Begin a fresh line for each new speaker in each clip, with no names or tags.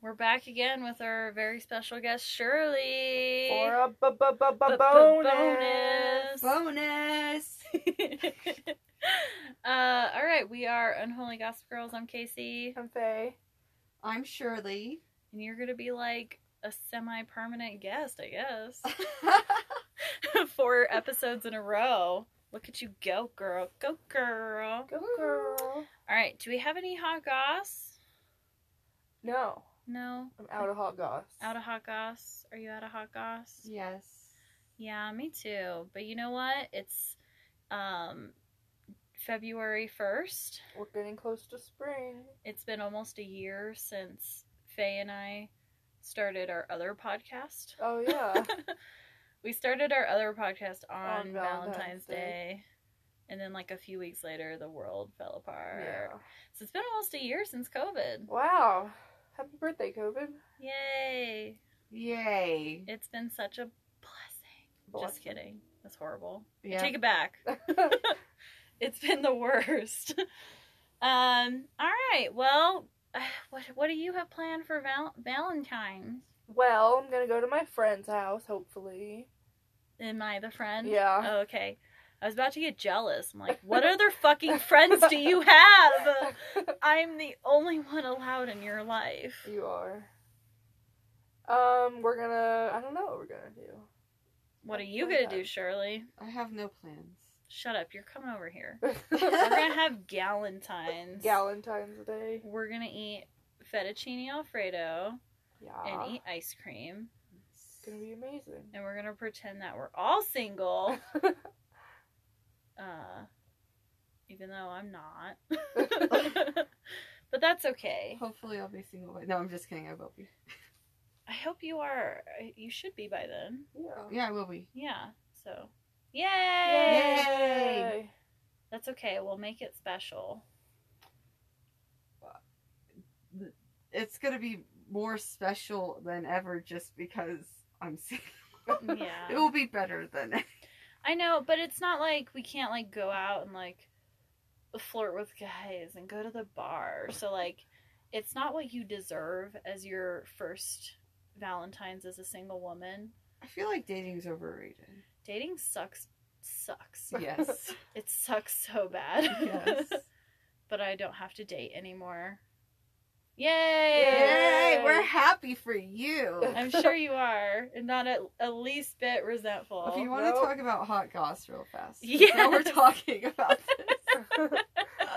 We're back again with our very special guest, Shirley.
For a bu- bu- bu- bu- bonus.
B-b-bonus.
Bonus.
uh, all right, we are Unholy Gossip Girls. I'm Casey,
I'm Faye.
I'm Shirley.
and you're gonna be like a semi-permanent guest, I guess, four episodes in a row. Look at you go, girl. Go, girl.
Go
Woo.
girl.
All right, do we have any hot goss?
No,
No,
I'm out of hot goss.
out of hot goss. Are you out of hot goss?
yes.
Yeah, me too. But you know what? It's um February 1st.
We're getting close to spring.
It's been almost a year since Faye and I started our other podcast.
Oh yeah.
we started our other podcast on,
On
Valentine's,
Valentine's
Day. And then like a few weeks later the world fell apart.
yeah.
So it's been almost a year since COVID.
Wow. Happy birthday, COVID.
Yay.
Yay.
It's been such a blessing. Just kidding. That's horrible.
Yeah.
Take it back.
kidding.
it's been the worst. um. All right. Well, uh, what what do you have planned for val- Valentine's?
well, I'm gonna go to my friend's house, hopefully.
Am I the friend?
Yeah.
Oh, okay. I was about to get jealous. I'm like, what other fucking friends do you have? I'm the only one allowed in your life.
you are. Um, we're gonna. I don't know what we're gonna do.
What are you gonna do,
Okay.
Shirley?
I have no plans.
Shut up. You're coming over here. We're gonna have galantines.
Galentine's Day.
We're gonna eat fettuccine alfredo
Yeah.
and eat ice cream.
It's gonna be amazing.
and we're gonna pretend that we're all single. uh, even though I'm not. but that's okay.
Hopefully, I'll be single. by- No, I'm just kidding. I will be.
I hope you are. You should be by then.
Yeah.
Yeah, I will be.
Yeah. So, yay!
Yay!
That's okay. We'll make it special.
It's gonna be more special than ever, just because I'm single. It
Yeah.
will be better than.
I know, but it's not like we can't like go out and like flirt with guys and go to the bar. So like, it's not what you deserve as your first Valentine's as a single woman.
I feel like dating's overrated.
dating sucks sucks
Yes.
it sucks so bad
yes.
but i don't have to date anymore
Yay.
yay
Yay! We're happy for you.
i'm sure you are and not at, at least bit resentful
If you want to
Nope.
talk about hot goss real fast,
Yes.
now we're talking about this.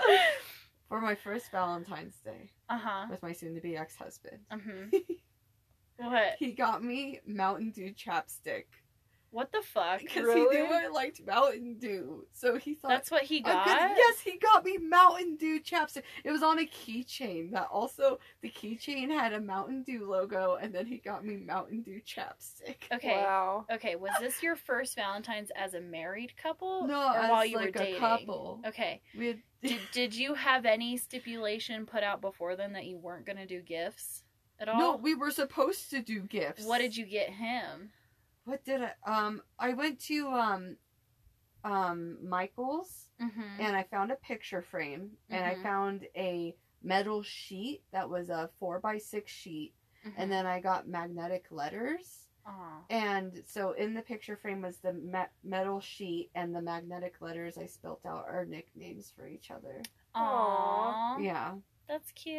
For my first Valentine's Day
uh-huh
with my soon-to-be ex-husband,
mm-hmm. what
he got me Mountain Dew chapstick
what the fuck
because he
Really?
knew I liked Mountain Dew, so he thought
that's what he
I'm
got
gonna- yes, he got me Mountain Dew chapstick. It was on a keychain that also the keychain had a Mountain Dew logo, and then he got me Mountain Dew chapstick.
okay
Wow.
okay was this your first valentine's as a married couple
No,
Oh, or
as
while you
like
were
a
dating
couple,
okay
we had,
did, did you have any stipulation put out before then that you weren't going to do gifts at all?
no, we were supposed to do gifts.
What did you get him?
what did I um I went to um um Michael's
Mm-hmm.
and I found a picture frame and
Mhm.
I found a metal sheet that was a four by six sheet
Mm-hmm.
and then I got magnetic letters
Aw.
and so in the picture frame was the ma- metal sheet and the magnetic letters I spelt out our nicknames for each other.
Aw.
Yeah.
That's cute.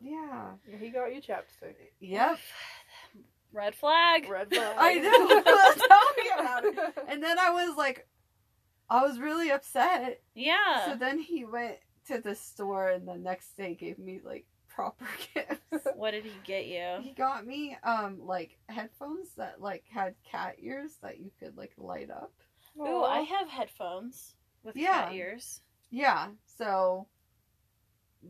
Yeah.
Yeah, He got you chapstick.
Yep.
Red flag.
Red flag.
I know. Tell me about it. And then I was like I was really upset
Yeah.
So then he went to the store and the next day gave me like proper gifts.
what did he get you?
he got me um like headphones that like had cat ears that you could like light up.
Ooh, I have headphones with
Yeah.
cat ears.
Yeah, so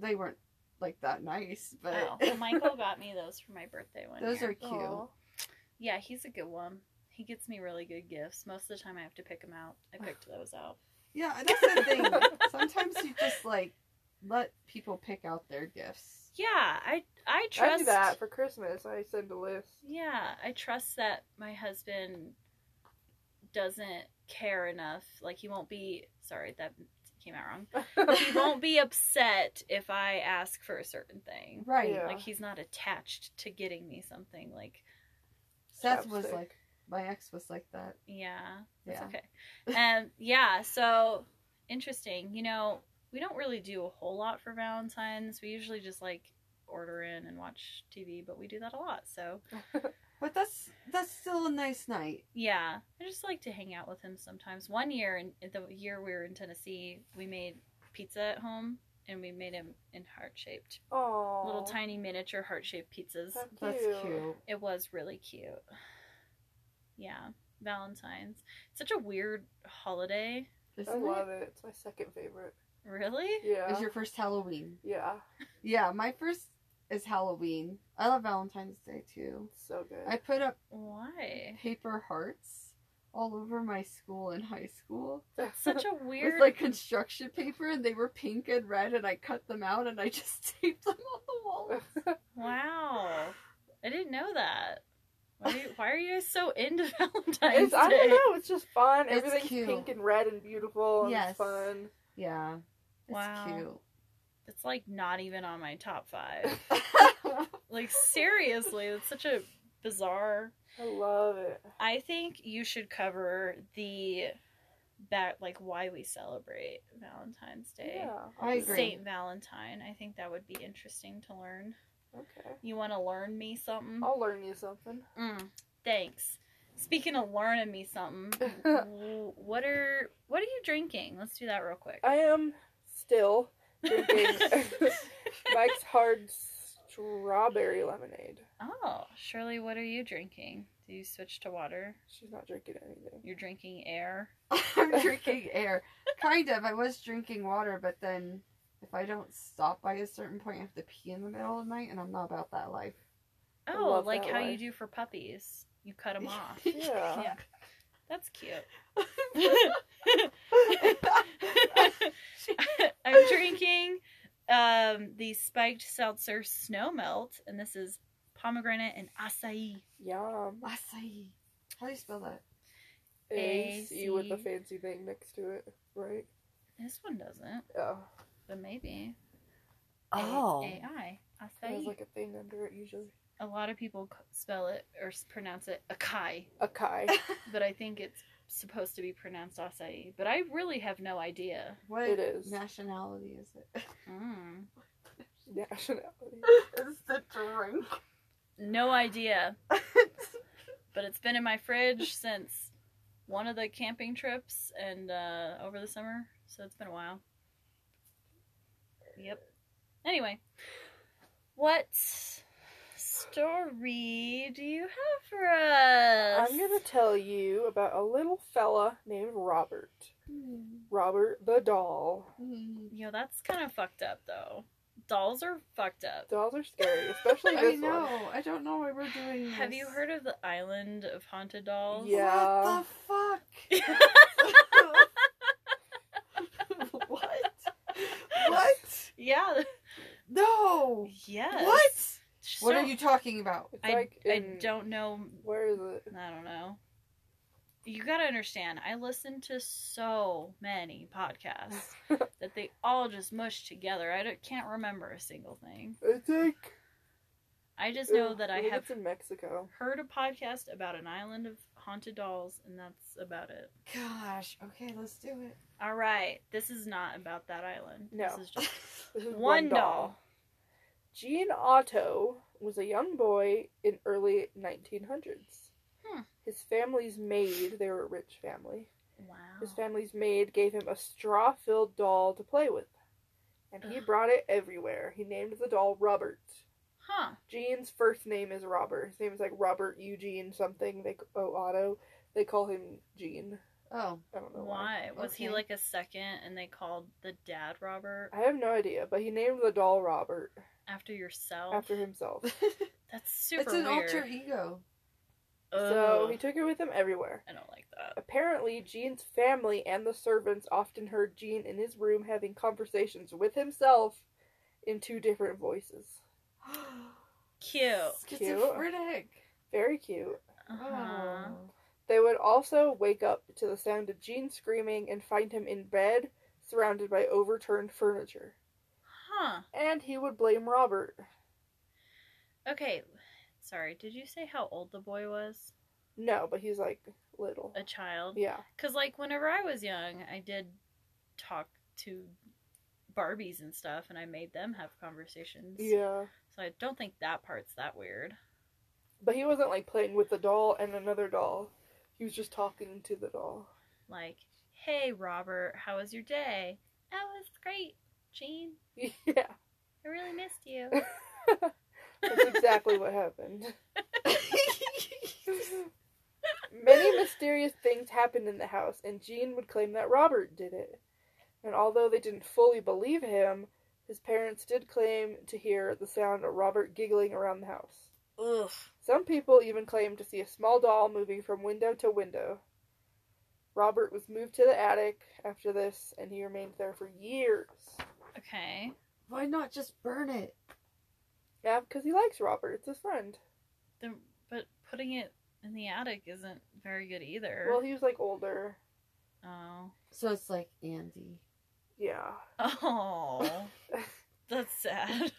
they weren't like that nice, but
Oh, well, Michael got me those for my birthday one
those
year.
are cute.
Aw.
Yeah, he's a good one. He gets me really good gifts. Most of the time, I have to pick them out. I picked those out.
Yeah, that's the thing. Sometimes you just like let people pick out their gifts.
Yeah, I I
I
trust
do that for Christmas. I send a list.
Yeah, I trust that my husband doesn't care enough. Like he won't be sorry that came out wrong. He won't be upset if I ask for a certain thing.
Right.
Yeah.
Like he's not attached to getting me something. Like
Seth was
Chapstick.
like, my ex was like that.
yeah, that's
Yeah.
okay. And yeah, so interesting. You know, we don't really do a whole lot for Valentine's. We usually just like order in and watch TV, but we do that a lot. So
But that's that's still a nice night.
Yeah, I just like to hang out with him sometimes. One year, in the year we were in Tennessee, we made pizza at home, and we made him in heart shaped,
Oh,
little tiny miniature heart shaped pizzas.
That's cute.
It was really cute. Yeah, Valentine's such a weird holiday.
Isn't
I love
it?
it. It's my second favorite.
Really?
Yeah.
It's your first Halloween.
Yeah.
Yeah, my first is Halloween. I love Valentine's Day too.
It's so good.
I put up
Why?
paper hearts all over my school in high school
Such a
with
weird.
like construction paper, and they were pink and red, and I cut them out and I just taped them on the wall.
wow, I didn't know that. Why, are you- why are you guys so into Valentine's
it's I don't
Day?
know. It's just fun.
It's
Everything's
cute.
pink and red and beautiful. And
Yes.
It's fun.
Yeah, it's
Wow. It's like not even on my top five.
cute.
Like seriously, that's such a bizarre.
I love it.
I think you should cover the that like why we celebrate Valentine's Day.
Yeah.
I agree.
Saint Valentine. I think that would be interesting to learn.
Okay.
You want to learn me something?
I'll learn you something.
Mm, thanks. Speaking of learning me something, w- what are what are you drinking? Let's do that real quick.
I am still drinking Mike's hard strawberry lemonade.
oh, Shirley, what are you drinking? Do you switch to water?
She's not drinking anything.
You're drinking air.
I'm drinking air. Kind of. I was drinking water, but then if I don't stop by a certain point, I have to pee in the middle of the night, and I'm not about that life.
I
Oh,
love
like
that
how you
life.
do for puppies. You cut them off.
Yeah.
Yeah. That's cute. I'm drinking um, the spiked seltzer snow melt, and this is pomegranate and acai.
Yum.
Acai. How do you spell that?
A C with the
AC.
fancy thing next to it, right?
This one doesn't,
Oh,
but maybe.
Oh.
AI.
there's
Acai.
like a thing under it usually.
a lot of people c- spell it or s- pronounce it acai,
A kai.
but I think it's supposed to be pronounced acai. But I really have no idea.
What
It is.
nationality is it?
Mm.
Hmm. Nationality.
it's the drink.
No idea. but it's been in my fridge since one of the camping trips and uh, over the summer, so it's been a while. Yep. Anyway, what story do you have for us?
I'm gonna tell you about a little fella named Robert.
Hmm.
Robert the doll.
Yo, that's kind of fucked up though. Dolls are fucked up.
Dolls are scary, especially
I
this
know.
one.
I don't know why we're doing this.
Have you heard of the island of haunted dolls?
Yeah.
What the fuck? what? What?
yeah.
No.
Yes.
What? what
So-
are you talking about?
It's
I,
like
I
in-
don't know.
Where is it?
I don't know. You gotta understand. I listen to so many podcasts that they all just mush together. I don't- can't remember a single thing.
I think.
I just know
Ugh,
that I
think
have
It's in Mexico.
heard a podcast about an island of haunted dolls, and that's about it.
Gosh. Okay, let's do it.
All right, this is not about that island.
No.
this is just
This is
one,
one
doll.
Jean Otto was a young boy in early 1900s.
Hmm.
His family's maid, they were a rich family. His
Wow.
family's maid gave him a straw-filled doll to play with, and he
Ugh.
brought it everywhere. He named the doll Robert.
Huh.
Jean's first name is Robert. His name is like Robert Eugene something. They oh Otto. They call him Jean.
Oh.
I don't know why.
Why was he
Okay.
like a second, and they called the dad Robert
I have no idea, but he named the doll Robert
after yourself?
after himself.
That's super
it's an
weird.
alter ego.
So
Ugh.
he took her with him everywhere.
I don't like that.
Apparently, Jean's family and the servants often heard Jean in his room having conversations with himself in two different voices.
Cute.
Schizophrenic.
Very cute.
Uh-huh.
Oh.
They would also wake up to the sound of Jean screaming and find him in bed, surrounded by overturned furniture.
Huh.
And he would blame Robert.
Okay. Sorry, did you say how old the boy was?
No, but he's like little.
A child?
Yeah.
Because, like, whenever I was young, I did talk to Barbies and stuff, and I made them have conversations.
Yeah.
So I don't think that part's that weird.
But he wasn't like playing with the doll and another doll. He was just talking to the doll.
Like, hey, Robert, how was your day? That was great, Jean.
Yeah.
I really missed you.
That's exactly what happened.
Oh.
Many mysterious things happened in the house, and Jean would claim that Robert did it. And although they didn't fully believe him, his parents did claim to hear the sound of Robert giggling around the house.
Ugh.
Some people even claimed to see a small doll moving from window to window. Robert was moved to the attic after this, and he remained there for years.
Okay.
Why not just burn it?
Yeah, because he likes Robert. It's his friend.
Then, but putting it in the attic isn't very good either.
Well, he was like older.
oh.
So it's like Andy.
Yeah.
Oh. That's sad.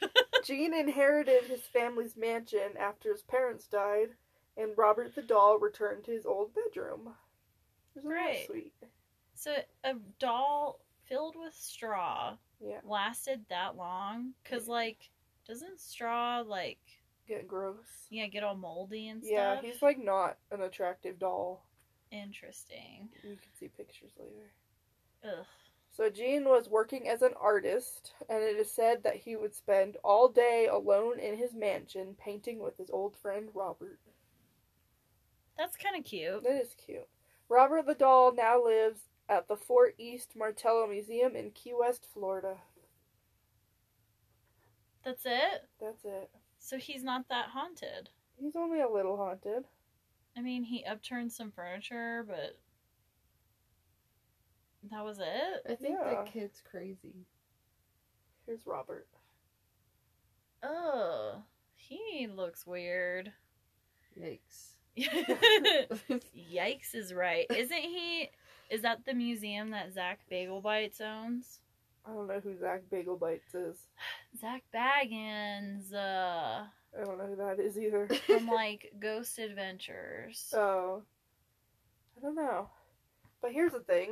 Gene inherited his family's mansion after his parents died, and Robert the doll returned to his old bedroom. Isn't
Great.
that sweet?
so a doll filled with straw
Yeah,
lasted that long? Cause like, doesn't straw like
get gross.
yeah get all moldy and
Yeah,
stuff?
he's like not an attractive doll.
Interesting.
You can see pictures later.
Ugh.
So Gene was working as an artist, and it is said that he would spend all day alone in his mansion painting with his old friend Robert.
That's kind of cute.
That is cute. Robert the doll now lives at the Fort East Martello Museum in Key West, Florida.
That's it.
That's it.
So he's not that haunted.
He's only a little haunted.
I mean, he upturned some furniture, but that was it.
I think
Yeah.
that kid's crazy.
Here's Robert.
Ugh. He looks weird.
Yikes.
Yikes is right. Isn't he? Is that the museum that Zach Bagel Bites owns?
I don't know who Zach Bagel Bites is.
Zach Baggins uh,
I don't know who that is either.
from like Ghost Adventures.
so, I don't know. But here's the thing.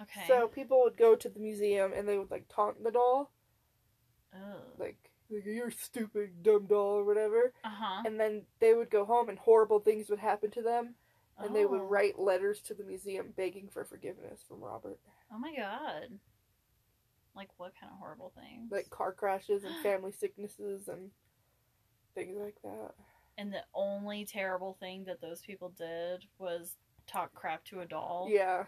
Okay.
So people would go to the museum and they would like taunt the doll,
Uh
like like, you're stupid, dumb doll or whatever.
huh.
And then they would go home and horrible things would happen to them, and they would
Oh.
write letters to the museum begging for forgiveness from Robert,
Oh my god. Like what kind of horrible things?
like car crashes and family sicknesses and things like that.
and the only terrible thing that those people did was talk crap to a doll.
Yeah.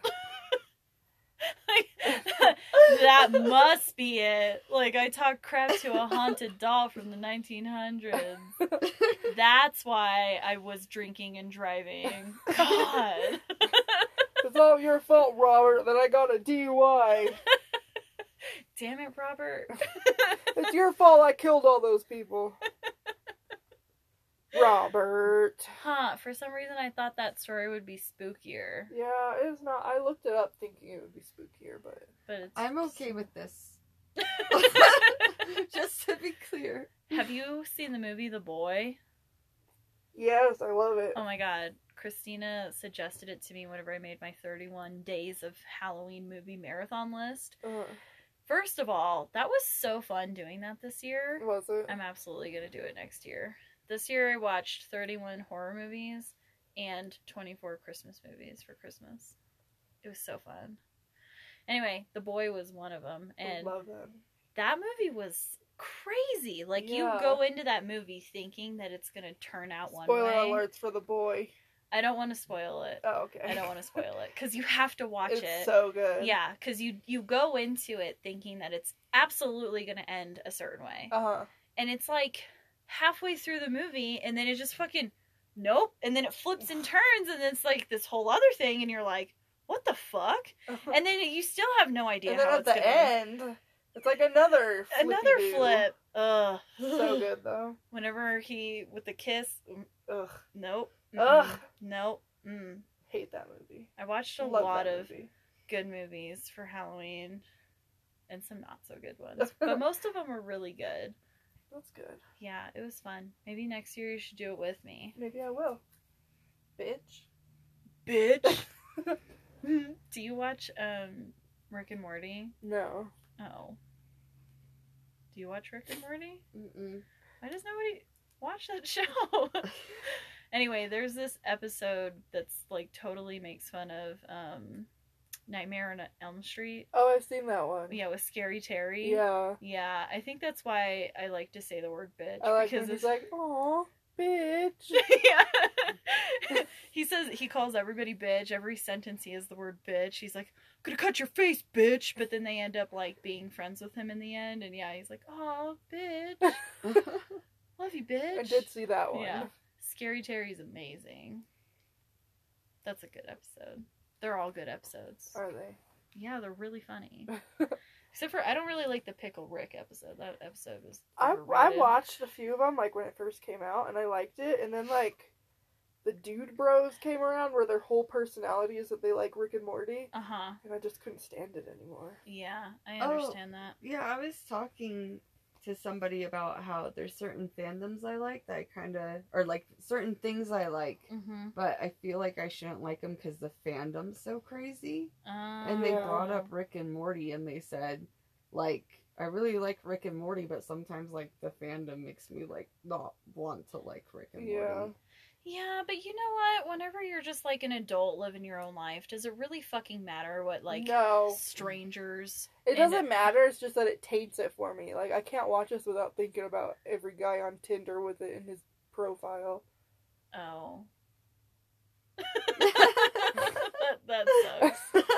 that must be it. Like I talk crap to a haunted doll from the 1900s. That's why I was drinking and driving. God.
It's all your fault, Robert, that I got a DUI.
Damn it, Robert.
It's your fault I killed all those people. Robert.
Huh, for some reason I thought that story would be spookier,
Yeah, it's not. I looked it up thinking it would be spookier, but
but it's
I'm okay with this. just to be clear.
Have you seen the movie The Boy?
yes, I love it.
Oh my god. Christina suggested it to me whenever I made my 31 days of Halloween movie marathon list.
Uh,
First of all, that was so fun doing that this year.
was it?
I'm absolutely going to do it next year. This year I watched 31 horror movies and 24 Christmas movies for Christmas. It was so fun. Anyway, The Boy was one of them
I
and
love them.
that movie was crazy. Like
Yeah.
you go into that movie thinking that it's going to turn out one
Spoiler
way.
alerts for the boy.
I don't want to spoil it.
Oh, okay.
I don't want to spoil it cuz you have to watch
It's
it.
so good.
yeah, cuz you you go into it thinking that it's absolutely going to end a certain way
Uh huh.
and it's like halfway through the movie and then it just fucking nope and then it flips and turns and it's like this whole other thing and you're like what the fuck and then you still have no idea
and then
how
at
it's
the
gonna
end, it's like another
another
flippy-doo.
flip ugh
So good though.
whenever he with the kiss mm,
Ugh,
nope mm,
Ugh.
nope mm.
hate that movie.
i watched a
Love
lot
that
of
movie.
good movies for halloween and some not so good ones. But most of them were really good.
That's good.
Yeah, it was fun. Maybe next year you should do it with me.
Maybe I will. Bitch.
Bitch. do you watch um Rick and Morty?
No.
Oh. Do you watch Rick and Morty?
Mm-mm.
Why does nobody watch that show? anyway, there's this episode that's like totally makes fun of um, Nightmare on Elm Street.
Oh, I've seen that one.
Yeah, with Scary Terry.
Yeah.
Yeah, I think that's why I like to say the word bitch
Oh, I like
because
when
it's
he's like, "Aw, bitch."
yeah. he says he calls everybody bitch. Every sentence he has the word bitch. He's like, "Gonna cut your face, bitch." But then they end up like being friends with him in the end, and yeah, he's like, "Oh, bitch, love you, bitch."
I did see that one.
Yeah. Scary Terry's amazing. That's a good episode. They're all good episodes.
Are they?
Yeah, they're really funny. Except for I don't really like the Pickle Rick episode. That episode was
I I
overrated.
watched a few of them like when it first came out, and I liked it. And then like, the Dude Bros came around, where their whole personality is that they like Rick and Morty,
Uh-huh.
and I just couldn't stand it anymore.
Yeah, I
Oh.
understand that.
Yeah, I was talking to somebody about how there's certain fandoms I like that I kind of, or like certain things I like,
Mhm.
but I feel like I shouldn't like them because the fandom's so crazy.
Um,
And they
Yeah.
brought up Rick and Morty and they said, like, I really like Rick and Morty, but sometimes like the fandom makes me like not want to like Rick and
Yeah.
Morty.
Yeah, but you know what? Whenever you're just like an adult living your own life, does it really fucking matter what like
no,
strangers?
it
and
doesn't
it-
matter. It's just that it taints it for me. Like I can't watch this without thinking about every guy on Tinder with it in his profile.
Oh. that, that sucks.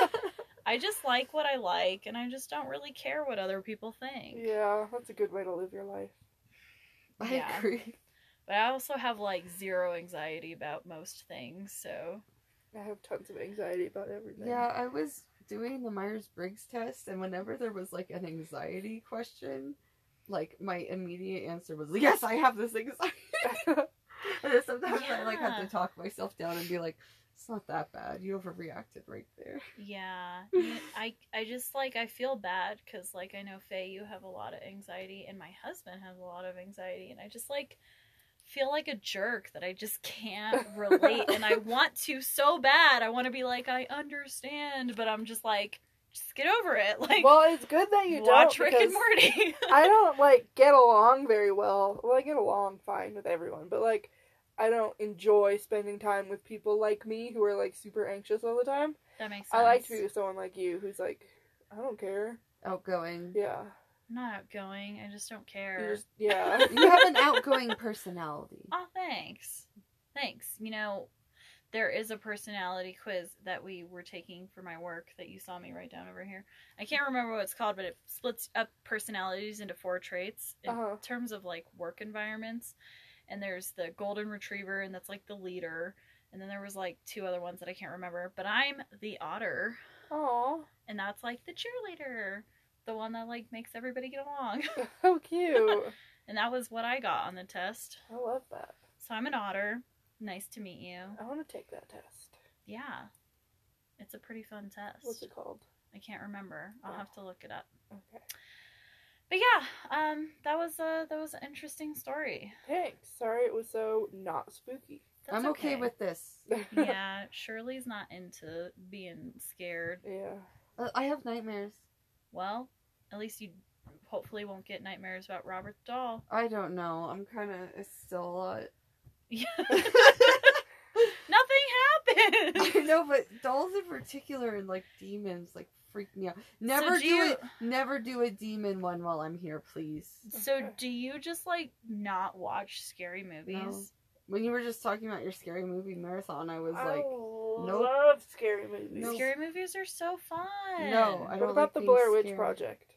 I just like what I like, and I just don't really care what other people think.
yeah, that's a good way to live your life.
I
Yeah.
agree.
But I also have like zero anxiety about most things, so
I have tons of anxiety about everything.
Yeah, I was doing the Myers Briggs test, and whenever there was like an anxiety question, like my immediate answer was, Yes, I have this anxiety. and then sometimes I like had
Yeah.
to talk myself down and be like, It's not that bad. You overreacted right there.
yeah. You- I I just like I feel bad because like I know Faye, you have a lot of anxiety, and my husband has a lot of anxiety, and I just like feel like a jerk that I just can't relate, and I want to so bad. I want to be like I understand, but I'm just like just get over it. Like
well, it's good that you
watch
don't
Rick and
because
Morty.
I don't like get along very well. Well, I get along fine with everyone, but like I don't enjoy spending time with people like me who are like super anxious all the time.
that makes sense.
I like to be with someone like you who's like, I don't care.
Outgoing.
Yeah,
I'm not outgoing. I just don't
you
care.
just yeah.
You have an outgoing personality.
Oh, thanks. Thanks. You know, there is a personality quiz that we were taking for my work that you saw me write down over here. I can't remember what it's called, but it splits up personalities into four traits in
Uh-huh.
terms of like work environments. And there's the golden retriever, and that's like the leader. And then there was like two other ones that I can't remember, but I'm the otter,
Aw,
and that's like the cheerleader, the one that like makes everybody get along.
how cute.
and that was what I got on the test.
I love that.
So I'm an otter. Nice to meet you.
I want to take that test.
Yeah. It's a pretty fun
What's
test.
it called?
I can't remember. I'll
Oh.
have to look it up.
Okay.
But yeah, um that was a that was an interesting story.
Thanks. Sorry, it was so not spooky.
That's
I'm okay, with this.
Yeah, Shirley's not into being scared.
yeah.
Uh, I have nightmares.
Well, at least you hopefully won't get nightmares about Robert Dahl.
I don't know. I'm kind of it's still a lot.
Yeah. Nothing
I
happened.
know, but dolls in particular and like demons like freak me out. Never
do
do,
you-
it. Never do a demon one while I'm here, please.
So do you just like not watch scary movies?
When you were just talking about your scary movie marathon, I was like,
Oh.
I
nope.
love scary movies.
No.
Scary movies are so fun.
no, I don't.
What about
like
the
being
Blair Witch
scared.
Project?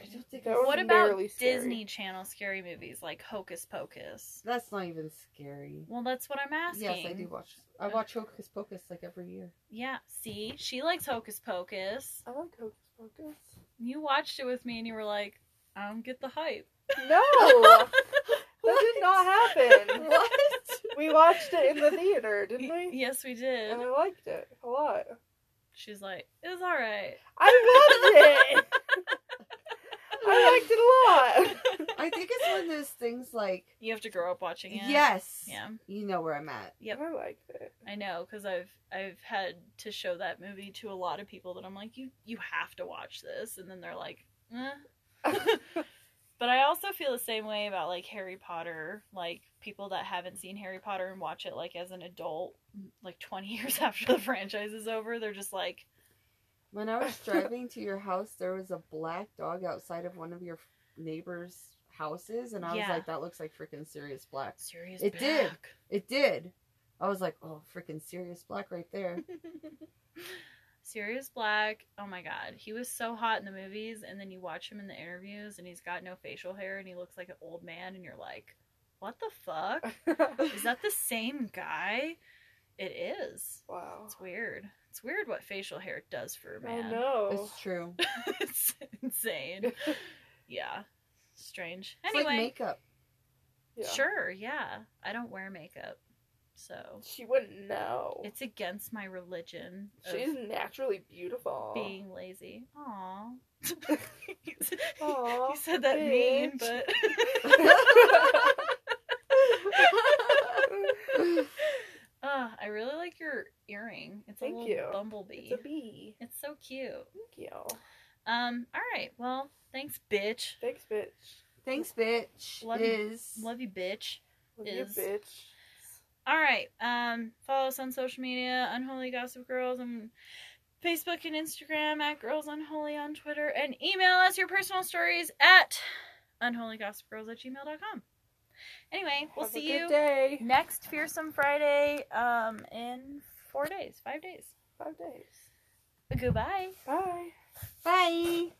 I don't think
That
I've
was
What
seen-
about
barely scary.
Disney Channel scary movies like Hocus Pocus?
That's not even scary.
Well, that's what I'm asking.
Yes, I do watch. I watch Hocus Pocus like every year.
Yeah, see, she likes Hocus Pocus.
I like Hocus Pocus.
You watched it with me and you were like, I don't get the hype.
No, that did not happen.
What?
We watched it in the theater, didn't we?
Uh,
Yes, we did.
And I liked it a lot.
She's like, it was all right.
I loved it. I liked it a lot.
I think it's one of those things like
You have to grow up watching it.
yes,
Yeah.
you know where I'm at.
Yep.
I liked it.
I know because I've I've had to show that movie to a lot of people that I'm like you you have to watch this and then they're like eh. but I also feel the same way about like Harry Potter like people that haven't seen Harry Potter and watch it like as an adult like 20 years after the franchise is over they're just like
When I was driving to your house, there was a black dog outside of one of your neighbors' houses, and I was
Yeah.
like, "That looks like freaking serious black."
serious
It did.
back."
It did. I was like, "Oh, freaking serious black right there."
Sirius Black, oh my god, he was so hot in the movies, and then you watch him in the interviews, and he's got no facial hair, and he looks like an old man, and you're like, what the fuck? Is that the same guy? It is.
wow.
It's weird. It's weird what facial hair does for a
I
man.
know.
it's true.
it's insane. Yeah. Strange.
It's like
Anyway,
makeup.
Yeah.
sure, yeah. I don't wear makeup, so
She wouldn't know.
it's against my religion. of
She's naturally beautiful.
being lazy. Aw.
Aw,
you said that mean,
bitch.
but uh, I really like your earring. It's
Thank
a
you.
little bumblebee.
It's a bee.
It's so cute.
Thank you.
Um. All right. Well, thanks, bitch.
Thanks, bitch.
Thanks, bitch.
Love you.
is
Love you, bitch.
Love
Is-
you, bitch.
All right. Um. Follow us on social media, Unholy Gossip Girls, on Facebook and Instagram at Girls Unholy on Twitter, and email us your personal stories at unholygossipgirls at gmail.com. Anyway, we'll
Have
see
a
you.
good day.
next fearsome friday um in four days five days
Five days.
goodbye
Bye.
Bye.